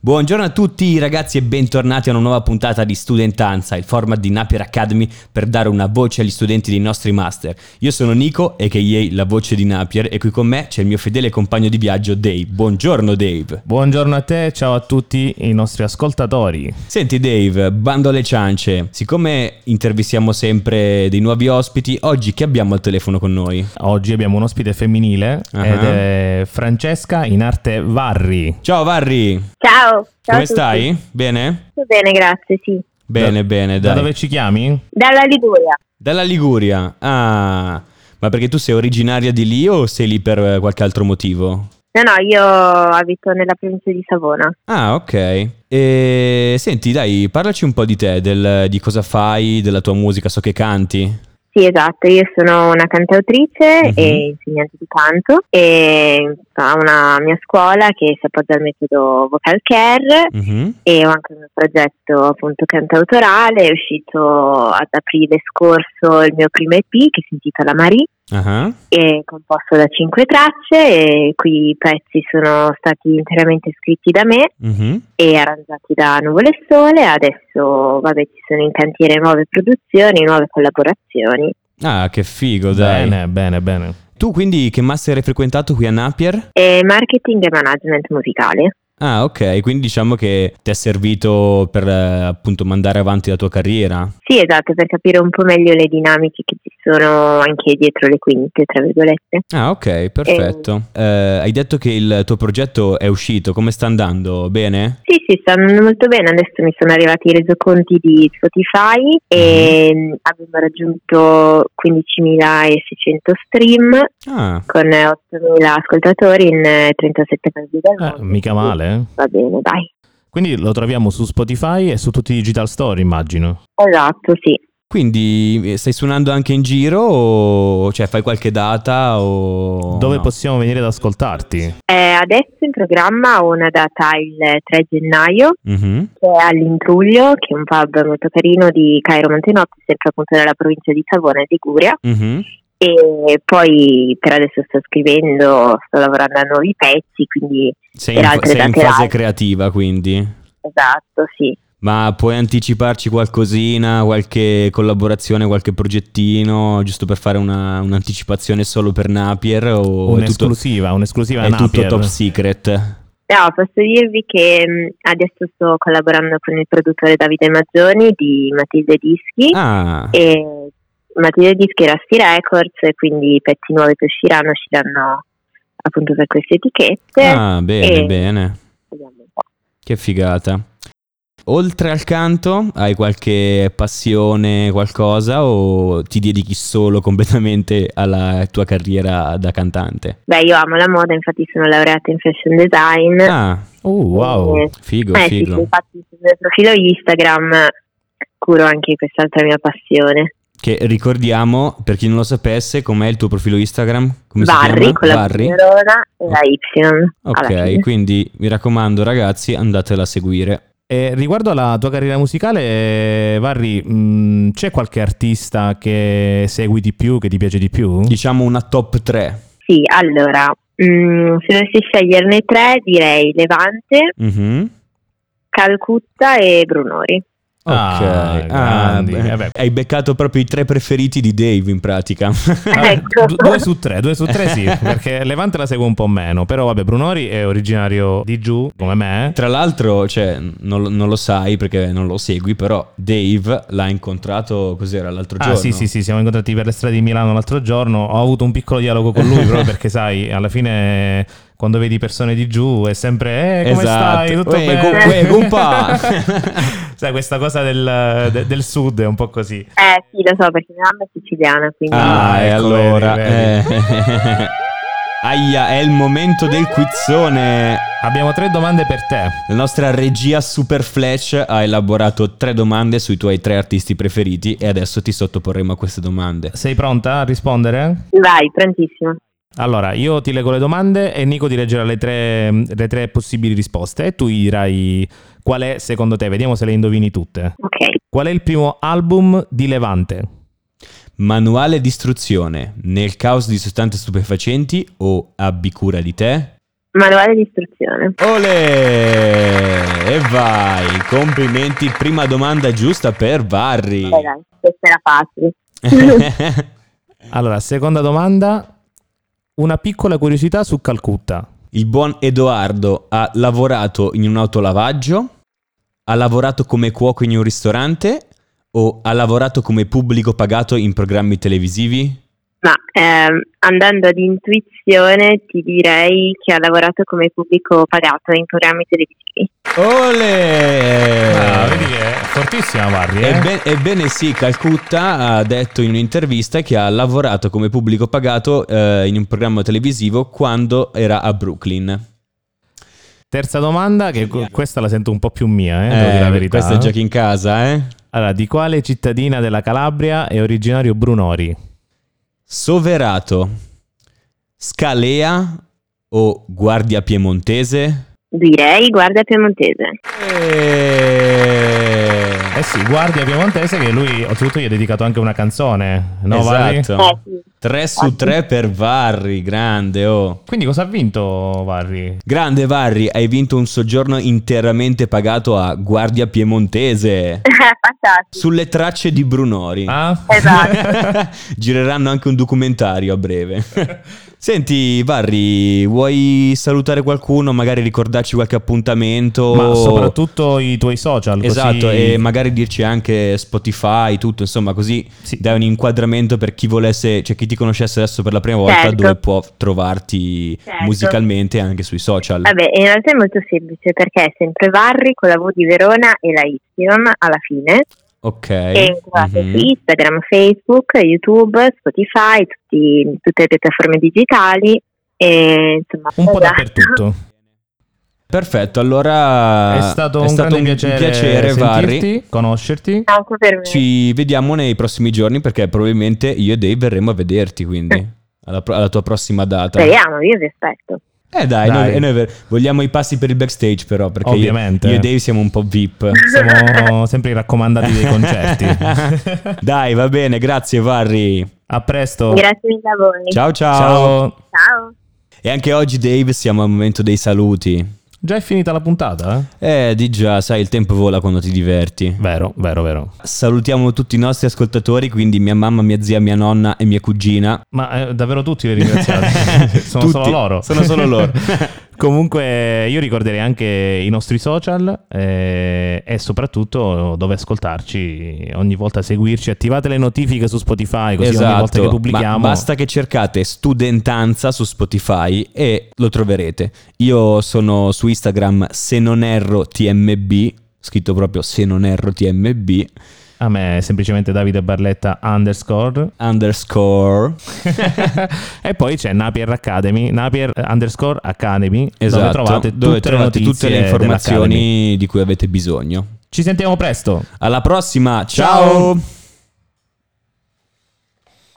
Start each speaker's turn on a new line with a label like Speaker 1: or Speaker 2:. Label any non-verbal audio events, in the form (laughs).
Speaker 1: Buongiorno a tutti ragazzi e bentornati a una nuova puntata di Studentanza, il format di Napier Academy per dare una voce agli studenti dei nostri master. Io sono Nico, a.k.a. la voce di Napier, e qui con me c'è il mio fedele compagno di viaggio Dave. Buongiorno Dave.
Speaker 2: Buongiorno a te, ciao a tutti i nostri ascoltatori.
Speaker 1: Senti Dave, bando alle ciance, siccome intervistiamo sempre dei nuovi ospiti, oggi chi abbiamo al telefono con noi?
Speaker 2: Oggi abbiamo un ospite femminile
Speaker 1: Ah.
Speaker 2: ed è Francesca in arte Varri.
Speaker 1: Ciao Varri,
Speaker 3: Ciao, ciao
Speaker 1: come
Speaker 3: a tutti.
Speaker 1: stai? Bene?
Speaker 3: Tutto bene, grazie, sì.
Speaker 1: Bene, bene,
Speaker 2: Da
Speaker 1: dai.
Speaker 2: dove ci chiami?
Speaker 3: Dalla Liguria.
Speaker 1: Dalla Liguria. Ah, ma perché tu sei originaria di lì o sei lì per eh, qualche altro motivo?
Speaker 3: No, no, io abito nella provincia di Savona.
Speaker 1: Ah, ok. E senti, dai, parlaci un po' di te, del- di cosa fai, della tua musica, so che canti.
Speaker 3: Sì, esatto, io sono una cantautrice
Speaker 1: Mhm.
Speaker 3: e insegnante di canto e ho una mia scuola che si appoggia al metodo vocal care
Speaker 1: Mhm.
Speaker 3: e ho anche un progetto appunto cantautorale, è uscito ad aprile scorso il mio primo EP che si intitola Marie.
Speaker 1: Ah,
Speaker 3: è composto da cinque tracce e qui i pezzi sono stati interamente scritti da me
Speaker 1: mhm.
Speaker 3: e arrangiati da Nuvole e Sole, adesso vabbè ci sono in cantiere nuove produzioni, nuove collaborazioni.
Speaker 1: Ah, che figo, dai.
Speaker 2: Bene, bene, bene.
Speaker 1: Tu quindi che master hai frequentato qui a Napier?
Speaker 3: E marketing e management musicale.
Speaker 1: Ah, ok, quindi diciamo che ti è servito per eh, appunto mandare avanti la tua carriera.
Speaker 3: Sì, esatto, per capire un po' meglio le dinamiche che ci sono anche dietro le quinte, tra virgolette.
Speaker 1: Ah, ok, perfetto. Eh, hai detto che il tuo progetto è uscito, come sta andando? Bene?
Speaker 3: Sì, sì, sta andando molto bene. Adesso mi sono arrivati i resoconti di Spotify e
Speaker 2: Mm-hmm.
Speaker 3: mm, abbiamo raggiunto 15.600 stream
Speaker 1: Ah,
Speaker 3: con 8.000 ascoltatori in eh, 37 paesi del
Speaker 2: Eh,
Speaker 1: Ah.
Speaker 3: mondo.
Speaker 2: mica male.
Speaker 3: Va bene, dai.
Speaker 2: Quindi lo troviamo su Spotify e su tutti i digital store, immagino.
Speaker 3: Esatto, sì.
Speaker 1: quindi eh, stai suonando anche in giro o cioè fai qualche data o
Speaker 2: Dove
Speaker 1: Oh, no? Oh,
Speaker 2: possiamo venire ad ascoltarti?
Speaker 3: Eh, adesso in programma ho una data il 3 gennaio
Speaker 1: Mhm.
Speaker 3: che è all'Intruglio, che è un pub molto carino di Cairo Montenotti, sempre appunto nella provincia di Savona e Liguria.
Speaker 1: mhm.
Speaker 3: E poi per adesso sto scrivendo, sto lavorando a nuovi pezzi, quindi
Speaker 1: Sei,
Speaker 3: Per
Speaker 1: in,
Speaker 3: altre
Speaker 1: sei in
Speaker 3: date
Speaker 1: fase
Speaker 3: live.
Speaker 1: creativa quindi.
Speaker 3: esatto, sì.
Speaker 1: Ma puoi anticiparci qualcosina, qualche collaborazione, qualche progettino, giusto per fare una- un'anticipazione solo per Napier o è tutto,
Speaker 2: Un'esclusiva, un'esclusiva
Speaker 1: è tutto
Speaker 2: Napier.
Speaker 1: top secret?
Speaker 3: No, posso dirvi che mh, adesso sto collaborando con il produttore Davide Maggioni di Matilde Dischi
Speaker 1: Ah,
Speaker 3: e Matilde Dischi era Sti Records e quindi i pezzi nuovi che usciranno usciranno appunto per queste etichette.
Speaker 1: ah, bene,
Speaker 3: e-
Speaker 1: bene.
Speaker 3: Vediamo un po'.
Speaker 1: Che figata. Oltre al canto, hai qualche passione, qualcosa o ti dedichi solo (laughs) completamente alla tua carriera da cantante?
Speaker 3: Beh, io amo la moda, infatti sono laureata in fashion design.
Speaker 1: Ah,
Speaker 2: Uh, wow.
Speaker 3: E-
Speaker 1: figo,
Speaker 3: eh, sì, sì,
Speaker 1: figo.
Speaker 3: infatti sul mio profilo Instagram curo anche quest'altra mia passione.
Speaker 1: Che ricordiamo, per chi non lo sapesse, com'è il tuo profilo Instagram? Come
Speaker 3: Barry
Speaker 1: si
Speaker 3: con la
Speaker 1: chiama?
Speaker 3: Barry.
Speaker 1: Barry.
Speaker 3: e la Y. alla
Speaker 1: Ok,
Speaker 3: fine.
Speaker 1: quindi mi raccomando ragazzi, andatela a seguire.
Speaker 2: E riguardo alla tua carriera musicale, Varri, mh, c'è qualche artista che segui di più, che ti piace di più?
Speaker 1: Diciamo una top 3.
Speaker 3: Sì, allora, mm, se dovessi sceglierne tre direi Levante, Calcutta e Brunori.
Speaker 1: Mhm. Ok,
Speaker 2: Ah,
Speaker 1: Ah,
Speaker 2: grandi.
Speaker 1: beh,
Speaker 2: Eh beh.
Speaker 1: hai beccato proprio i tre preferiti di Dave in pratica. (laughs)
Speaker 2: Ah,
Speaker 3: Ecco.
Speaker 2: du- due su tre, due su tre sì, perché Levante la seguo un po' meno, però vabbè Brunori è originario di giù, come me.
Speaker 1: Tra l'altro, cioè, non, lo- non lo sai perché non lo segui, però Dave l'ha incontrato, cos'era, l'altro
Speaker 2: Ah
Speaker 1: giorno?
Speaker 2: sì sì sì, siamo incontrati per le strade di Milano l'altro giorno, ho avuto un piccolo dialogo con lui
Speaker 1: (laughs)
Speaker 2: proprio perché sai, alla fine quando vedi persone di giù è sempre eh come
Speaker 1: Esatto.
Speaker 2: stai, tutto
Speaker 1: Uè,
Speaker 2: bene?
Speaker 1: com- uè, compà.
Speaker 2: (laughs) sai questa cosa del, de- del sud è un po' così.
Speaker 3: Eh sì, lo so perché mia mamma è siciliana, quindi...
Speaker 1: Ah,
Speaker 2: Ah,
Speaker 1: e
Speaker 2: ecco,
Speaker 1: allora...
Speaker 2: vedi,
Speaker 1: eh. (laughs) Aia, è il momento del quizzone.
Speaker 2: Abbiamo tre domande per te.
Speaker 1: La nostra regia Super Flash ha elaborato tre domande sui tuoi tre artisti preferiti e adesso ti sottoporremo a queste domande.
Speaker 2: Sei pronta a rispondere?
Speaker 3: (laughs) Vai, prontissimo.
Speaker 2: Allora, io ti leggo le domande e Nico ti leggerà le tre, le tre possibili risposte e tu gli dirai qual è secondo te, vediamo se le indovini tutte.
Speaker 3: Ok.
Speaker 2: Qual è il primo album di Levante?
Speaker 1: Manuale di istruzione, nel caos di sostanze stupefacenti o abbi cura di te?
Speaker 3: Manuale di istruzione.
Speaker 1: Ole! E vai! Complimenti, prima domanda giusta per Barry.
Speaker 3: Eh, dai, questa era facile.
Speaker 2: Allora, seconda domanda. Una piccola curiosità su Calcutta.
Speaker 1: (laughs) Il buon Edoardo ha lavorato in un autolavaggio, ha lavorato come cuoco in un ristorante o ha lavorato come pubblico pagato in programmi televisivi?
Speaker 3: Ma ehm, andando ad intuizione ti direi che ha lavorato come pubblico pagato in programmi televisivi.
Speaker 1: Ole!
Speaker 2: Ah, vedi che è fortissima Barry, eh?
Speaker 1: Ebbe- Eh. ebbene sì, Calcutta ha detto in un'intervista che ha lavorato come pubblico pagato eh, in un programma televisivo quando era a Brooklyn.
Speaker 2: Terza domanda, che co- questa la sento un po' più mia, eh, devo
Speaker 1: Eh,
Speaker 2: dire la verità.
Speaker 1: Questo è giochi in casa, eh?
Speaker 2: Allora, di quale cittadina della Calabria è originario Brunori?
Speaker 1: Soverato, Scalea o Guardia Piemontese?
Speaker 3: Direi guarda piemontese.
Speaker 2: Eh sì, guardia piemontese che lui, oltretutto, gli ha dedicato anche una canzone, no Barry?
Speaker 1: esatto.
Speaker 3: Eh, sì. (laughs)
Speaker 1: 3 su 3 per Varri, grande oh.
Speaker 2: Quindi cosa ha vinto Barry?
Speaker 1: Grande Varri, hai vinto un soggiorno interamente pagato a Guardia Piemontese.
Speaker 3: Fantastico.
Speaker 1: Sulle tracce di Brunori.
Speaker 2: Ah?
Speaker 3: Esatto.
Speaker 1: (laughs) Gireranno anche un documentario a breve. (laughs) Senti, Varri, vuoi salutare qualcuno? Magari ricordarci qualche appuntamento?
Speaker 2: (laughs) Ma soprattutto i tuoi social. così-
Speaker 1: Esatto, e magari dirci anche Spotify, tutto, insomma, così
Speaker 2: Sì.
Speaker 1: dai un inquadramento per chi volesse, cioè chi ti conoscesse adesso per la prima volta,
Speaker 3: Certo.
Speaker 1: dove può trovarti
Speaker 3: Certo.
Speaker 1: musicalmente e anche sui social.
Speaker 3: Vabbè, in realtà è molto semplice perché è sempre Varri con la V di Verona e la Y alla fine.
Speaker 1: Ok.
Speaker 3: E trovate
Speaker 1: Mhm.
Speaker 3: su Instagram, Facebook, YouTube, Spotify, tutti- tutte le piattaforme digitali. E, insomma,
Speaker 2: Un po'
Speaker 3: esatto. (laughs)
Speaker 2: dappertutto. Ah,
Speaker 1: Perfetto, allora
Speaker 2: è stato un grande piacere,
Speaker 1: Varri.
Speaker 2: sentirti, conoscerti.
Speaker 3: Anche per me.
Speaker 1: Ci vediamo nei prossimi giorni perché probabilmente io e Dave verremo a vederti,
Speaker 2: Eh.
Speaker 1: quindi alla, pro- alla tua prossima data.
Speaker 3: Speriamo, io vi aspetto.
Speaker 1: Eh dai,
Speaker 2: Dai.
Speaker 1: noi- e noi ver- vogliamo i passi per il backstage però, perché io,
Speaker 2: Ovviamente.
Speaker 1: io e Dave siamo un po' VIP.
Speaker 2: Siamo sempre i raccomandati dei (laughs) concerti.
Speaker 1: dai, va bene, grazie Varri.
Speaker 2: A presto.
Speaker 3: (laughs) Grazie mille a voi.
Speaker 1: Ciao, ciao
Speaker 2: Ciao.
Speaker 3: Ciao.
Speaker 1: E anche oggi Dave siamo al momento dei saluti.
Speaker 2: Già è finita la puntata? eh?
Speaker 1: Eh, di già, sai, il tempo vola quando ti diverti.
Speaker 2: Vero, vero, vero.
Speaker 1: Salutiamo tutti i nostri ascoltatori, quindi mia mamma, mia zia, mia nonna e mia cugina.
Speaker 2: Ma eh, davvero tutti li (laughs) ringraziate. sono solo
Speaker 1: Tutti.
Speaker 2: loro.
Speaker 1: Sono solo
Speaker 2: (laughs)
Speaker 1: loro.
Speaker 2: Comunque io ricorderei anche i nostri social eh, e soprattutto dove ascoltarci, ogni volta seguirci, attivate le notifiche su Spotify così ogni volta che
Speaker 1: Esatto. ma
Speaker 2: pubblichiamo.
Speaker 1: basta che cercate studentanza su Spotify e lo troverete. Io sono su Instagram se non erro TMB, scritto proprio se non erro TMB
Speaker 2: A me è semplicemente Davide Barletta
Speaker 1: (laughs)
Speaker 2: underscore.
Speaker 1: underscore.
Speaker 2: e poi c'è Napier Academy, Napier underscore Academy, dove
Speaker 1: Esatto,
Speaker 2: trovate tutte,
Speaker 1: dove
Speaker 2: le
Speaker 1: trovate
Speaker 2: notizie
Speaker 1: tutte le
Speaker 2: dell'Academy.
Speaker 1: informazioni di cui avete bisogno.
Speaker 2: Ci sentiamo presto.
Speaker 1: Alla prossima, ciao.
Speaker 2: Ciao.